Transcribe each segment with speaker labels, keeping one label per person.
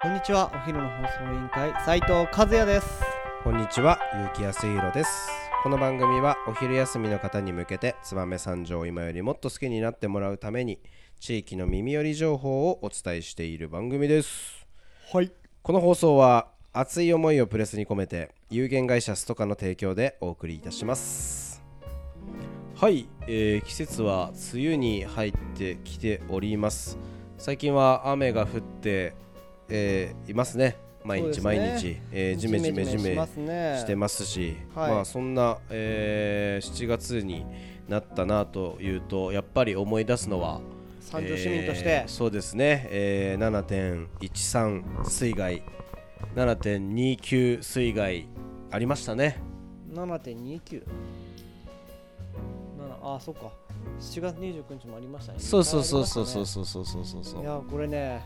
Speaker 1: こんにちは、お昼の放送委員会斉藤和也です。
Speaker 2: こんにちは、結城康弘です。この番組はお昼休みの方に向けて、燕三条を今よりもっと好きになってもらうために、地域の耳寄り情報をお伝えしている番組です。
Speaker 1: はい。
Speaker 2: この放送は、熱い思いをプレスに込めて、有限会社ストカの提供でお送りいたします。はい、えー季節は梅雨に入ってきております。最近は雨が降って、えーいますね。毎日
Speaker 1: そう
Speaker 2: 毎
Speaker 1: です
Speaker 2: 日、
Speaker 1: ね
Speaker 2: えージメジメジメ
Speaker 1: しますね。
Speaker 2: してますし、
Speaker 1: はい
Speaker 2: まあそんな、えー7月になったなというとやっぱり思い出すのは
Speaker 1: 三条市民として、
Speaker 2: えーそうですね、えー7.13水害7.29水害ありましたね
Speaker 1: 7.29。7あ、そっか。7月29日もありましたね。
Speaker 2: そうそうそうそうそう
Speaker 1: いっ
Speaker 2: そうそうそうそう
Speaker 1: ぱいありましたねいや、これね、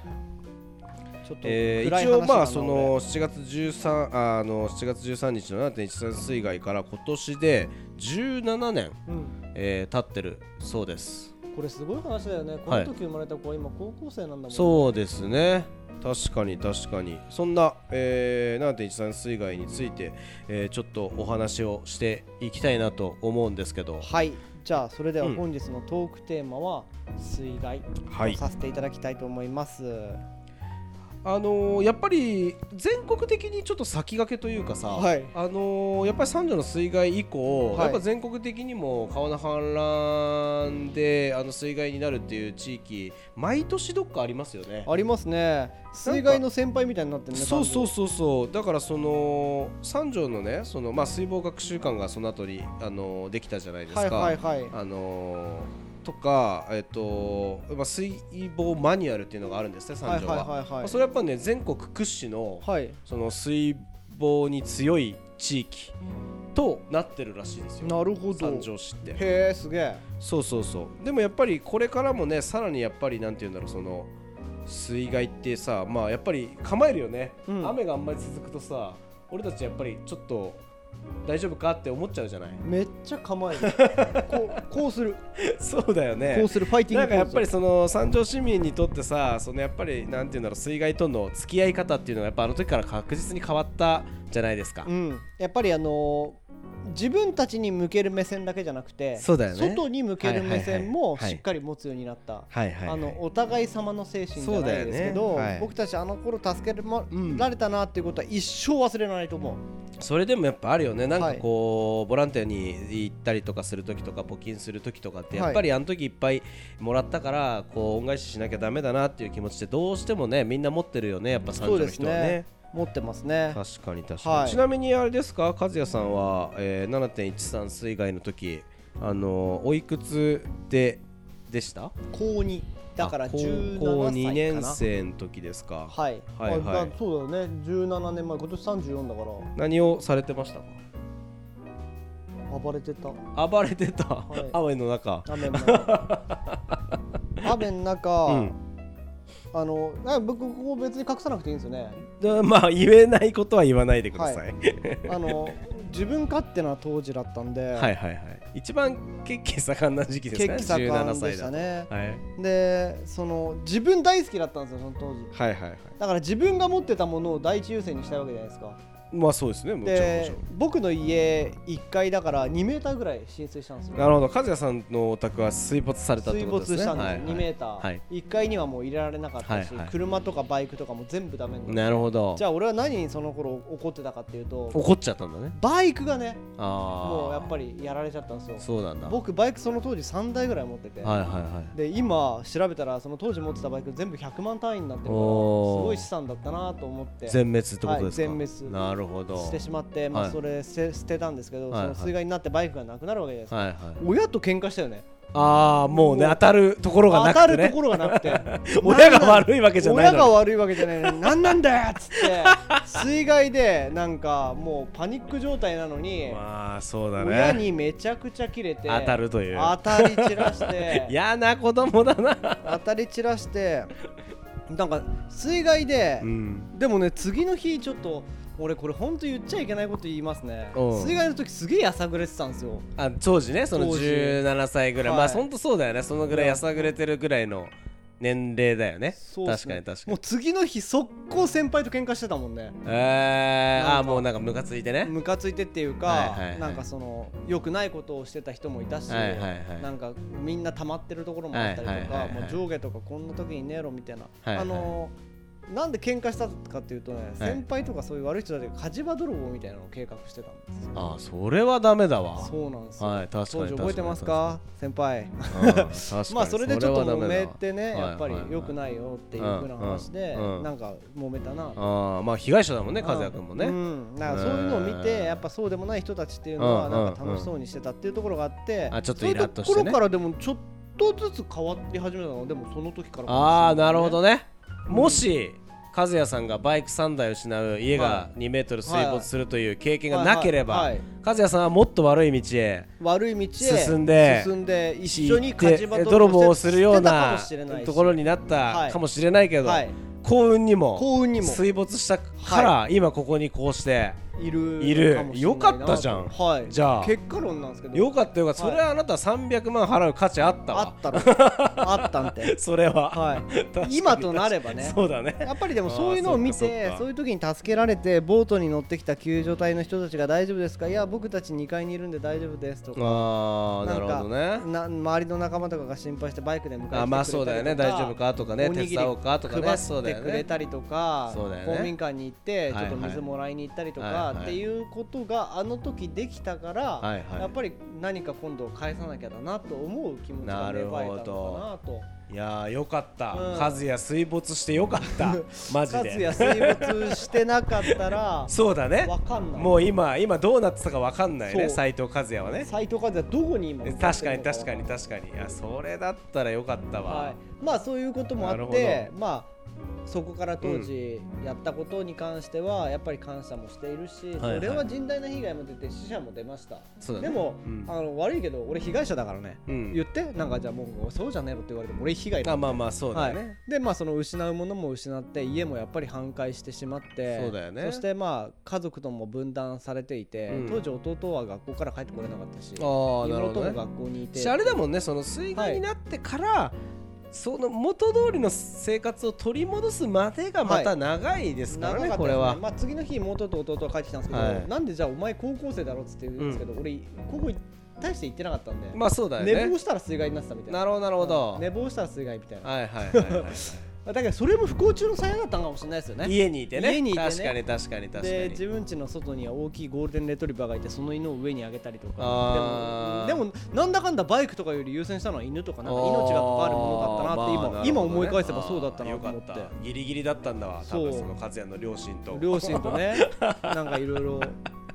Speaker 1: ちょっと
Speaker 2: えー
Speaker 1: 暗い話
Speaker 2: 一応ま
Speaker 1: だ
Speaker 2: あ
Speaker 1: な
Speaker 2: その7月13あの7月13日の7.13水害から今年で17年、
Speaker 1: 俺うん、
Speaker 2: えー経ってるそうです
Speaker 1: これすごい話だよね。この時生まれた子は今高校生なんだもんね。
Speaker 2: そうですね確かに確かにそんな、えー、7.13水害について、えーちょっとお話をしていきたいなと思うんですけど
Speaker 1: はい。じゃあそれでは
Speaker 2: うん
Speaker 1: 本日のトークテーマは水害
Speaker 2: は
Speaker 1: とさせていただきたいと思います。
Speaker 2: あのーやっぱり全国的にちょっと先駆けというかさ、
Speaker 1: はい
Speaker 2: あのーやっぱり三条の水害以
Speaker 1: は
Speaker 2: 降、
Speaker 1: い
Speaker 2: やっぱ全国的にも川の氾濫であの水害になるっていう地域毎年どっかありますよね。
Speaker 1: ありますね水害の先輩みたいになってるね
Speaker 2: そうそうそうそうだからその三条のねその、まあ、水防学習館がその後にあのできたじゃないですか、
Speaker 1: はいはいはい
Speaker 2: あのとか、えっとまあ、水防マニュアルっていうのがあるんですね
Speaker 1: は
Speaker 2: 三
Speaker 1: い
Speaker 2: 条
Speaker 1: は
Speaker 2: は,、
Speaker 1: いはいは
Speaker 2: ま
Speaker 1: い
Speaker 2: あ、それはやっぱね全国屈指の,、
Speaker 1: はい
Speaker 2: その水防に強い地域となってるらしいですよ
Speaker 1: なるほど
Speaker 2: 三
Speaker 1: へ
Speaker 2: 条市って
Speaker 1: えすげえ
Speaker 2: そうそうそうでもやっぱりこれからもねさらにやっぱりなんて言うんだろうその水害ってさまあやっぱり構えるよね、
Speaker 1: うん
Speaker 2: 雨があんまり続くとさ俺たちやっぱりちょっと大丈夫かって思っちゃうじゃない
Speaker 1: めっちゃ構えるこうこうする
Speaker 2: そうだよね
Speaker 1: こうするファイティン
Speaker 2: な
Speaker 1: グ
Speaker 2: んかやっぱり
Speaker 1: ポ
Speaker 2: その三条市民にとってさそのやっぱりなんて言うんだろう水害との付き合い方っていうのがやっぱあの時から確実に変わったじゃないですか、
Speaker 1: ーズうんやっぱりあのー自分たちに向ける目線だけじゃなくて
Speaker 2: そうだよね
Speaker 1: 外に向ける目線
Speaker 2: は
Speaker 1: も
Speaker 2: いはいはいはい
Speaker 1: しっかり持つようになった
Speaker 2: はいは
Speaker 1: あのお互い様の精神じゃないですけ
Speaker 2: そ
Speaker 1: ど、
Speaker 2: うだよねはい
Speaker 1: 僕たちあの頃助け
Speaker 2: うん
Speaker 1: られたなっていうことは一生忘れないと思う、
Speaker 2: それでもやっぱあるよねなんかこう、ボランティアに行ったりとかする時とか募金する時とかって
Speaker 1: はい
Speaker 2: やっぱりあの時いっぱいもらったからこう恩返ししなきゃダメだなっていう気持ちってどうしてもねみんな持ってるよねやっぱ三
Speaker 1: そう
Speaker 2: 条
Speaker 1: で
Speaker 2: の
Speaker 1: す
Speaker 2: 人はね
Speaker 1: ね持ってますね
Speaker 2: 確かに確かに、
Speaker 1: はい
Speaker 2: ちなみにあれですか和也さんは、えー、7.13水害の時あのおいくつででした
Speaker 1: 高2だから
Speaker 2: あ高
Speaker 1: 17歳かな
Speaker 2: 高2年生の時ですか
Speaker 1: はい、
Speaker 2: はい
Speaker 1: あ
Speaker 2: はい
Speaker 1: だそうだよね17年前今年34だか
Speaker 2: 何をされてました
Speaker 1: ら暴れてた
Speaker 2: か暴れてた、
Speaker 1: い
Speaker 2: 雨の中
Speaker 1: 雨の中 雨の中、
Speaker 2: うん
Speaker 1: あのあ僕ここ別に隠さなくていいんですよ ね
Speaker 2: でまあ言えないことは言わないでください、
Speaker 1: あの自分勝手な当時だったんで、
Speaker 2: はいはいはい。一番 血気盛んな時期です
Speaker 1: 血
Speaker 2: ね。
Speaker 1: 気盛ん
Speaker 2: 17
Speaker 1: で
Speaker 2: 歳
Speaker 1: した
Speaker 2: だ。
Speaker 1: ね
Speaker 2: はい
Speaker 1: でその自分大好きだったんですよその当時
Speaker 2: はいはいはい。
Speaker 1: だから自分が持ってたものを第一優先にしたいわけじゃないですか
Speaker 2: まあそうですね。もちろんもち
Speaker 1: で僕の家1階だから2メーターぐらい浸水したんです
Speaker 2: ろ
Speaker 1: よ
Speaker 2: ん。なるほど。和也さんのお宅は水没されたって
Speaker 1: 水
Speaker 2: ことで
Speaker 1: 没
Speaker 2: すね。
Speaker 1: したんですよ、2メ
Speaker 2: は
Speaker 1: ーター、
Speaker 2: はい
Speaker 1: 1階にはもう入れられなかったし、
Speaker 2: はいはい
Speaker 1: 車とかバイクとかも全部ダメに
Speaker 2: い。
Speaker 1: なっ
Speaker 2: なるほど。
Speaker 1: たじゃあ俺は何にその頃怒ってたかっていうと
Speaker 2: 怒っちゃったんだね。
Speaker 1: バイクがね
Speaker 2: ああ。
Speaker 1: もうやっぱりやられちゃったんですよ
Speaker 2: そうなんだ。はい
Speaker 1: 僕バイクその当時3台ぐらい持ってて、
Speaker 2: はいはい。
Speaker 1: で今調べたらその当時持ってたバイク全部100万単位になってるからす
Speaker 2: おー
Speaker 1: ごい資産だったなと思って
Speaker 2: 全滅ってことですか。
Speaker 1: はい全滅
Speaker 2: なるほど。
Speaker 1: 捨てしまって、ま
Speaker 2: は
Speaker 1: あ、
Speaker 2: い
Speaker 1: それ捨て捨てたんですけど、
Speaker 2: はいはい
Speaker 1: その水害になってバイクがなくなるわけじゃないですか、
Speaker 2: はいはい。
Speaker 1: 親と喧嘩したよね
Speaker 2: ああもうね
Speaker 1: もう
Speaker 2: 当たるところがな
Speaker 1: 当た
Speaker 2: くて
Speaker 1: るとこ。
Speaker 2: ね
Speaker 1: ろがなくて
Speaker 2: 親が
Speaker 1: い
Speaker 2: 悪いわけじゃない
Speaker 1: 親が
Speaker 2: のに。
Speaker 1: 悪いわけじゃないのに何なんだよっつって水害でなんかもうパニック状態なのに、
Speaker 2: まあそうだ
Speaker 1: 親
Speaker 2: ね。
Speaker 1: にめちゃくちゃ切れて
Speaker 2: 当たるという。
Speaker 1: 当たり散らして
Speaker 2: 嫌な子供だな。
Speaker 1: 当たり散らしてなんか水害で、
Speaker 2: うん。
Speaker 1: でもね次の日ちょっと俺これほんと言っちゃいけないこと言いますね
Speaker 2: うん
Speaker 1: 水害の時すげえやさぐれてたんですよ
Speaker 2: あ当時ねその
Speaker 1: 当時
Speaker 2: 17歳ぐらい、
Speaker 1: はい
Speaker 2: まあほんとそうだよねそのぐらいやさぐれてるぐらいの年齢だよね
Speaker 1: そうっ
Speaker 2: 確
Speaker 1: す
Speaker 2: か
Speaker 1: ね
Speaker 2: に確か
Speaker 1: もう
Speaker 2: に
Speaker 1: 次の日速攻先輩と喧嘩してたもんね
Speaker 2: えー、あ
Speaker 1: な
Speaker 2: あ
Speaker 1: んか
Speaker 2: もうなんかムカついてね
Speaker 1: ムカついてっていうか、
Speaker 2: はいはいはい
Speaker 1: なんかその良くないことをしてた人もいたし、
Speaker 2: はいはいはい
Speaker 1: なんかみんな溜まってるところもあったりとか、
Speaker 2: はいはいはいはい
Speaker 1: もう上下とかこんな時にねえろみたいな、
Speaker 2: はいは
Speaker 1: あ
Speaker 2: い
Speaker 1: のーなんで喧嘩したかっていうとね、先輩とかそういう悪い人だけど火事場泥棒みたいなのを計画してたんですよ
Speaker 2: ああそれはダメだわ
Speaker 1: そうなんですよ、
Speaker 2: はい確
Speaker 1: 当
Speaker 2: かに
Speaker 1: 時
Speaker 2: 確かに
Speaker 1: 覚えてますか先輩
Speaker 2: うん確かに
Speaker 1: まあそれでちょっと
Speaker 2: はダメ
Speaker 1: 揉
Speaker 2: だわ
Speaker 1: めてね
Speaker 2: はい
Speaker 1: やっぱり
Speaker 2: はいはい
Speaker 1: 良くないよっていうふうな話で、
Speaker 2: うんうんうん
Speaker 1: なんか揉めたな
Speaker 2: ああまあ被害者だもんね和也君もね、
Speaker 1: うん、なんかそういうのを見て
Speaker 2: うん
Speaker 1: やっぱそうでもない人たちっていうのは
Speaker 2: うんうん
Speaker 1: なんか楽しそうにしてたっていうところがあって、
Speaker 2: あちょっとイラッとしてね
Speaker 1: そういうところからでもちょっとずつ変わり始めたのでもその時から
Speaker 2: ああなるほど
Speaker 1: ね
Speaker 2: ね、もし和也さんがバイク3台失う家が
Speaker 1: は
Speaker 2: 2メートル水
Speaker 1: は
Speaker 2: 没
Speaker 1: い
Speaker 2: するという経験がなければ、
Speaker 1: はいはい
Speaker 2: 和也さんはもっと悪い道へ
Speaker 1: 悪い道へ
Speaker 2: 進んで
Speaker 1: 進んで一緒
Speaker 2: 行
Speaker 1: に
Speaker 2: っ
Speaker 1: 火
Speaker 2: て
Speaker 1: 事場
Speaker 2: 泥棒をするような
Speaker 1: してたかもしれいし
Speaker 2: ところになったかもしれないけど、
Speaker 1: はい
Speaker 2: 幸運にも
Speaker 1: 幸運にも
Speaker 2: 水没したから今ここにこうして
Speaker 1: いる
Speaker 2: いる
Speaker 1: かもしれないなと
Speaker 2: よかったじゃん
Speaker 1: はい
Speaker 2: じゃあ
Speaker 1: 結果論なんですけど
Speaker 2: よかったよかった、
Speaker 1: はい
Speaker 2: それはあなた300万払う価値あった
Speaker 1: あ
Speaker 2: わ
Speaker 1: ったろあったんて
Speaker 2: それは、
Speaker 1: はい
Speaker 2: 確かに
Speaker 1: 今となればね
Speaker 2: そうだね
Speaker 1: やっぱりでもそういうのを見
Speaker 2: あーそっか
Speaker 1: て
Speaker 2: そっか
Speaker 1: そういう時に助けられてボートに乗ってきた救助隊の人たちが大丈夫ですかいや僕たち2階にいるんで大丈夫ですとか
Speaker 2: ああなるほどね
Speaker 1: な周りの仲間とかが心配してバイクで迎えに来てくれたりとか
Speaker 2: あまあそうだよね大丈夫かとかね
Speaker 1: お
Speaker 2: 手
Speaker 1: にぎり
Speaker 2: 伝おうかとかね
Speaker 1: 配
Speaker 2: そう
Speaker 1: っ
Speaker 2: だ
Speaker 1: て
Speaker 2: よ
Speaker 1: くれ
Speaker 2: ね
Speaker 1: たりとか、
Speaker 2: そうだよね
Speaker 1: 公民館に行ってちょっと
Speaker 2: はいは
Speaker 1: 水
Speaker 2: い
Speaker 1: もらいに行ったりとか、
Speaker 2: はいはい
Speaker 1: っていうことがあの時できたから、
Speaker 2: はいはい
Speaker 1: やっぱり何か今度返さなきゃだなと思う気持ちが芽生えたのかなと。
Speaker 2: いやーよかった、
Speaker 1: うん
Speaker 2: 和也水没してよかった マジ
Speaker 1: かつ
Speaker 2: で
Speaker 1: や水没してなかった ら
Speaker 2: そうだね
Speaker 1: わかんない
Speaker 2: もう今今どうなってたかわかんないね
Speaker 1: そう
Speaker 2: 斎藤和也はね
Speaker 1: 斎藤和也どこに今
Speaker 2: 確かに確かに
Speaker 1: か
Speaker 2: 確かにいやそれだったらよかったわ、
Speaker 1: はい、まあそういうこともあ
Speaker 2: なる
Speaker 1: っ
Speaker 2: ほど
Speaker 1: てまあそこから当時やったことに関してはやっぱり感謝もしているし、
Speaker 2: はいはい
Speaker 1: それは甚大な被害も出て死者も出ました、
Speaker 2: そうだね
Speaker 1: でも、
Speaker 2: うん
Speaker 1: あの悪いけど俺被害者だからね、
Speaker 2: うん
Speaker 1: 言ってなんかじゃあもうそうじゃねえろって言われても俺被害だ
Speaker 2: あまあまあそうだ
Speaker 1: は
Speaker 2: よね、
Speaker 1: い、でまあその失うものも失って家もやっぱり半壊してしまって
Speaker 2: そうだよね
Speaker 1: そしてまあ家族とも分断されていて、
Speaker 2: うん
Speaker 1: 当時弟は学校から帰ってこれなかったし
Speaker 2: ああなるほ
Speaker 1: 妹
Speaker 2: ど
Speaker 1: も
Speaker 2: ね
Speaker 1: 学校にいて
Speaker 2: しあれだもんねその水害になってから、その元通りの生活を取り戻すまでがまた長いですからね、
Speaker 1: 長かったですね
Speaker 2: これは、
Speaker 1: まあ、次の日妹と弟は帰ってきたんですけど、
Speaker 2: はい
Speaker 1: なんでじゃあお前高校生だろっつって言うんですけど、俺高校大して行ってなかったんで、
Speaker 2: まあそうだよね
Speaker 1: 寝坊したら水害になってたみたいな
Speaker 2: なるほどなるほど、
Speaker 1: 寝坊したら水害みたいな、
Speaker 2: はいはいはいはい
Speaker 1: だからそれも不幸中の幸いだったのかもしれないですよね
Speaker 2: 家にいてね
Speaker 1: 家にいてね
Speaker 2: 確かに確かに確か
Speaker 1: で自
Speaker 2: に
Speaker 1: 分家の外には大きいゴールデンレトリバーがいてその犬を上にあげたりと
Speaker 2: あ
Speaker 1: かで
Speaker 2: ー
Speaker 1: もでもなんだかんだバイクとかより優先したのは犬とかなんか命が関わるものだったなって今,、
Speaker 2: あーま
Speaker 1: 今
Speaker 2: あなるほど
Speaker 1: 思
Speaker 2: ね
Speaker 1: い返せばそうだった
Speaker 2: あー
Speaker 1: な
Speaker 2: よ
Speaker 1: と
Speaker 2: か
Speaker 1: 思っ
Speaker 2: ってたギリギリだったんだわ多分
Speaker 1: そう
Speaker 2: その和也の両親と
Speaker 1: 両親とねなんかいろいろ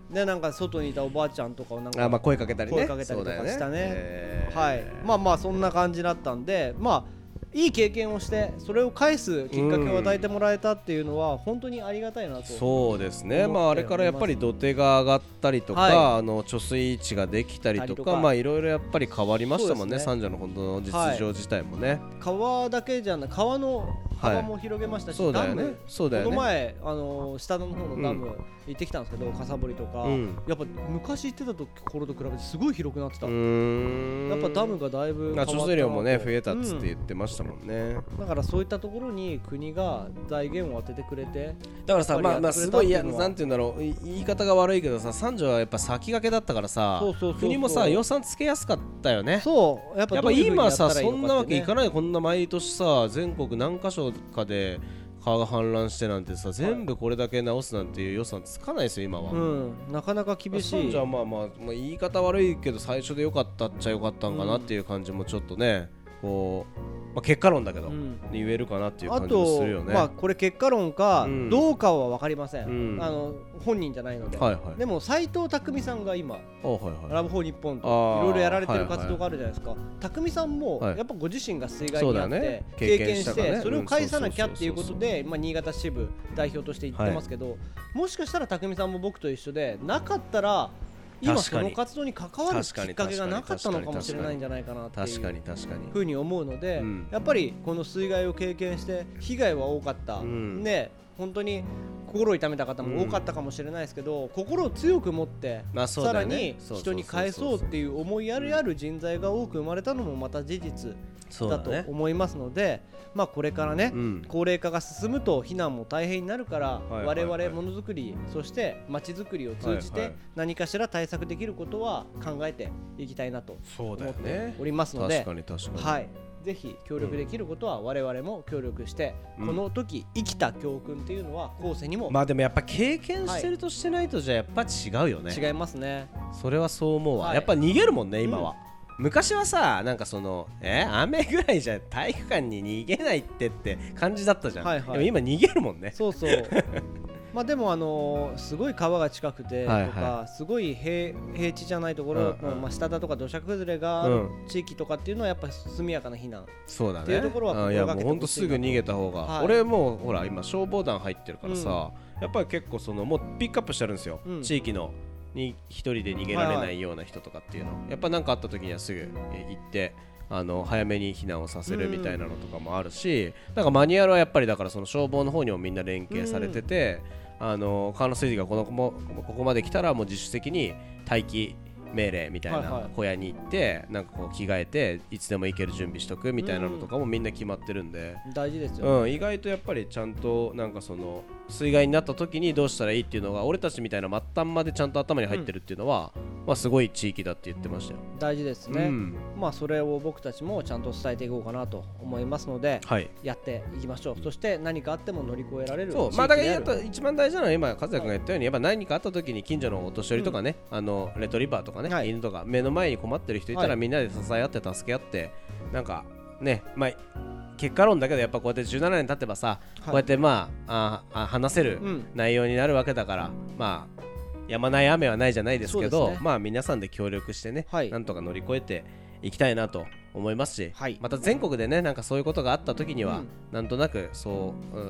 Speaker 1: でなんか外にいたおばあちゃんとかをなんか
Speaker 2: あまあ声かけたりね
Speaker 1: 声かけたりとかしたねはい、ま
Speaker 2: あ
Speaker 1: あまあそんな感じだったんでまあいい経験をしてそれを返すきっかけを与えてもらえたっていうのは本当にありがたいなと、
Speaker 2: そうですね、
Speaker 1: 思って
Speaker 2: まあ、あれからやっぱり土手が上がったりとか、
Speaker 1: は
Speaker 2: あの貯水池ができたりとか
Speaker 1: たりとか
Speaker 2: まあいろいろやっぱり変わりましたもんね
Speaker 1: そ
Speaker 2: 三女の本当の実情自体もね、
Speaker 1: 川だけじゃない川の幅も広げましたし、
Speaker 2: そうだよ
Speaker 1: ダ
Speaker 2: ね
Speaker 1: ム
Speaker 2: そうだよ
Speaker 1: この
Speaker 2: ね
Speaker 1: 前、あのー下の方のダム行ってきたんですけど、かさぼりとか、
Speaker 2: うん
Speaker 1: やっぱ昔行ってたところと比べてすごい広くなってた、
Speaker 2: うーん
Speaker 1: やっぱダムがだいぶ変わ
Speaker 2: あ
Speaker 1: ったな
Speaker 2: 貯
Speaker 1: と
Speaker 2: 水量もね増えたっつって
Speaker 1: う
Speaker 2: 言ってましたもんね、
Speaker 1: んだからそういったところに国が財源を当ててくれて
Speaker 2: だからさ
Speaker 1: やっぱり
Speaker 2: まあま
Speaker 1: や
Speaker 2: あ
Speaker 1: ってく
Speaker 2: す
Speaker 1: れ
Speaker 2: ご
Speaker 1: た
Speaker 2: いいや
Speaker 1: っていうのは
Speaker 2: なんて言うんだろうい言い方が悪いけどさ三女はやっぱ先駆けだったからさ
Speaker 1: そうそうそうそう
Speaker 2: 国もさ予算つけやすかったよね
Speaker 1: そうやっぱ
Speaker 2: やっ
Speaker 1: ど
Speaker 2: ぱ
Speaker 1: ういう風にや
Speaker 2: 今
Speaker 1: った
Speaker 2: さ
Speaker 1: らいい
Speaker 2: そ
Speaker 1: の
Speaker 2: んなわけいか
Speaker 1: ない
Speaker 2: ないこんな毎年さ全国何箇所かで川が氾濫してなんてさ全部これだけ直すなんていう予算つかないですよ今は、
Speaker 1: うんなかなか厳し
Speaker 2: 三
Speaker 1: い
Speaker 2: 女はまあまあ、まあ、言い方悪いけど最初でよかったっちゃよかったんかなっていう感じもちょっとねこう、まあ、結果論だけど、
Speaker 1: うん
Speaker 2: 言えるかなっていう
Speaker 1: あ
Speaker 2: 感じも
Speaker 1: と
Speaker 2: するよ、ね
Speaker 1: まあ、これ結果論か
Speaker 2: うん
Speaker 1: どうかは分かりません、
Speaker 2: うん
Speaker 1: あの本人じゃないので、
Speaker 2: はいはい
Speaker 1: でも斎藤匠さんが今
Speaker 2: あはいはい
Speaker 1: ラブホー日本と
Speaker 2: あー
Speaker 1: いろいろやられて
Speaker 2: は
Speaker 1: る
Speaker 2: いはい
Speaker 1: 活動があるじゃないですか、匠さんも
Speaker 2: はい
Speaker 1: やっぱご自身が水害にな
Speaker 2: そ
Speaker 1: っ
Speaker 2: うだね
Speaker 1: て経
Speaker 2: 経験
Speaker 1: 験
Speaker 2: した
Speaker 1: し
Speaker 2: からね
Speaker 1: てそれを返さなきゃっていうこと
Speaker 2: うんそう
Speaker 1: でまあ新潟支部代表として言ってますけどもしかしたら匠さんも僕と一緒でなかったら今
Speaker 2: 確
Speaker 1: そ
Speaker 2: かに
Speaker 1: の活動に関わるき
Speaker 2: 確かに
Speaker 1: っかけがなかったのかもしれないんじゃないかなっていう
Speaker 2: 確かに確かに
Speaker 1: ふうに思うので、
Speaker 2: うん
Speaker 1: やっぱりこの水害を経験して被害は多かった、
Speaker 2: うん
Speaker 1: ね本当に心を痛めた方も多かったかもしれないですけど、心を強く持って、
Speaker 2: まあそう
Speaker 1: さ
Speaker 2: だ
Speaker 1: ら
Speaker 2: よ
Speaker 1: に
Speaker 2: ね
Speaker 1: 人に返そうっていう思いやりある人材が多く生まれたのもまた事実
Speaker 2: そう
Speaker 1: だ
Speaker 2: だ
Speaker 1: と
Speaker 2: ね
Speaker 1: 思いますので、まあ、これからね、
Speaker 2: うん
Speaker 1: 高齢化が進むと避難も大変になるから、
Speaker 2: いはいはい
Speaker 1: 我々ものづくりそしてまちづくりを通じ
Speaker 2: はい
Speaker 1: て
Speaker 2: はい
Speaker 1: 何かしら対策できることは考えていきたいなと
Speaker 2: そう
Speaker 1: 思
Speaker 2: だよ
Speaker 1: って
Speaker 2: ね
Speaker 1: おりますの
Speaker 2: 確
Speaker 1: で
Speaker 2: か。に確かに
Speaker 1: はいぜひ協力できることは我々も協力して、
Speaker 2: うん
Speaker 1: この時生きた教訓っていうのは後世にも
Speaker 2: まあでもやっぱ経験してるとしてないとじゃやっぱ違うよね、
Speaker 1: 違いますね。
Speaker 2: それはそう思うわ、
Speaker 1: はい
Speaker 2: やっぱ逃げるもんね今は、昔はさなんかそのえ雨ぐらいじゃ体育館に逃げないってって感じだったじゃん、
Speaker 1: はいはい
Speaker 2: でも今逃げるもんね
Speaker 1: そうそうまあでもあのーすごい川が近くてとか、
Speaker 2: はいは
Speaker 1: すごい平平地じゃないところ、
Speaker 2: うんうん
Speaker 1: まあ、下田とか土砂崩れがある
Speaker 2: う
Speaker 1: 地域とかっていうのはやっぱり速やかな避難
Speaker 2: そうだね
Speaker 1: っていうところは心が
Speaker 2: あい
Speaker 1: けて
Speaker 2: や
Speaker 1: ほしいな
Speaker 2: もうほんとすぐ逃げた方が、
Speaker 1: はい
Speaker 2: 俺もうほら今消防団入ってるからさ、やっぱり結構そのもうピックアップしてあるんですよ、
Speaker 1: うん
Speaker 2: 地域のに一人で逃げられ
Speaker 1: はい
Speaker 2: な
Speaker 1: はい
Speaker 2: いような人とかっていうの、やっぱ何かあった時にはすぐえ行ってあの早めに避難をさせるみたいなのとかもあるし、なんかマニュアルはやっぱりだからその消防の方にもみんな連携されてて、あの川の水位がこのこここまで来たらもう自主的に待機命令みたい
Speaker 1: はいはい
Speaker 2: な小屋に行ってなんかこう着替えていつでも行ける準備しとくみたいなのとかもみんな決まってるんで、
Speaker 1: 大事ですよ、
Speaker 2: うん、意外とやっぱりちゃんとなんかその水害になった時にどうしたらいいっていうのが俺たちみたいな末端までちゃんと頭に入ってるっていうのは、まあ、すごい地域だって言ってましたよ。
Speaker 1: 大事ですね、
Speaker 2: うん
Speaker 1: まあそれを僕たちもちゃんと伝えていこうかなと思いますので、
Speaker 2: はい
Speaker 1: やっていきましょうそして何かあっても乗り越えられる
Speaker 2: そう
Speaker 1: 地
Speaker 2: まあ
Speaker 1: 域
Speaker 2: だから
Speaker 1: であ
Speaker 2: やっ
Speaker 1: る
Speaker 2: ぱ一番大事なのは今和也君が言ったようにやっぱ何かあった時に近所のお年寄りとかね、あのレトリバーとかね、
Speaker 1: はい
Speaker 2: 犬とか目の前に困ってる人いた
Speaker 1: は
Speaker 2: ら
Speaker 1: い
Speaker 2: みんなで支え合って助け合ってなんかねまあ結果論だけどやっぱこうやって17年経ってばさ、
Speaker 1: い
Speaker 2: こうやってまあああ話せる
Speaker 1: うん
Speaker 2: 内容になるわけだから、まあやまない雨はないじゃないですけ
Speaker 1: そう
Speaker 2: ど
Speaker 1: ですね
Speaker 2: まあ皆さんで協力してね、
Speaker 1: はい
Speaker 2: なんとか乗り越えていきたいなと思いますし、
Speaker 1: はい
Speaker 2: また全国でねなんかそういうことがあった時には、
Speaker 1: うん
Speaker 2: なんとなくそう、う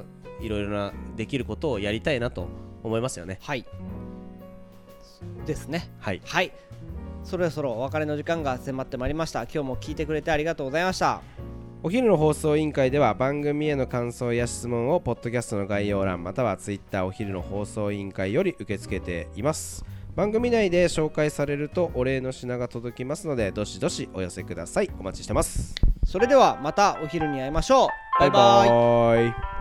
Speaker 2: ん、いろいろなできることをやりたいなと思いますよね
Speaker 1: はいですね
Speaker 2: はい
Speaker 1: はいそろそろお別れの時間が迫ってまいりました今日も聞いてくれてありがとうございました
Speaker 2: お昼の放送委員会では番組への感想や質問をポッドキャストの概要欄または Twitter お昼の放送委員会より受け付けています番組内で紹介されるとお礼の品が届きますのでどしどしお寄せくださいお待ちしてます
Speaker 1: それではまたお昼に会いましょうバイバイ
Speaker 2: バイバイ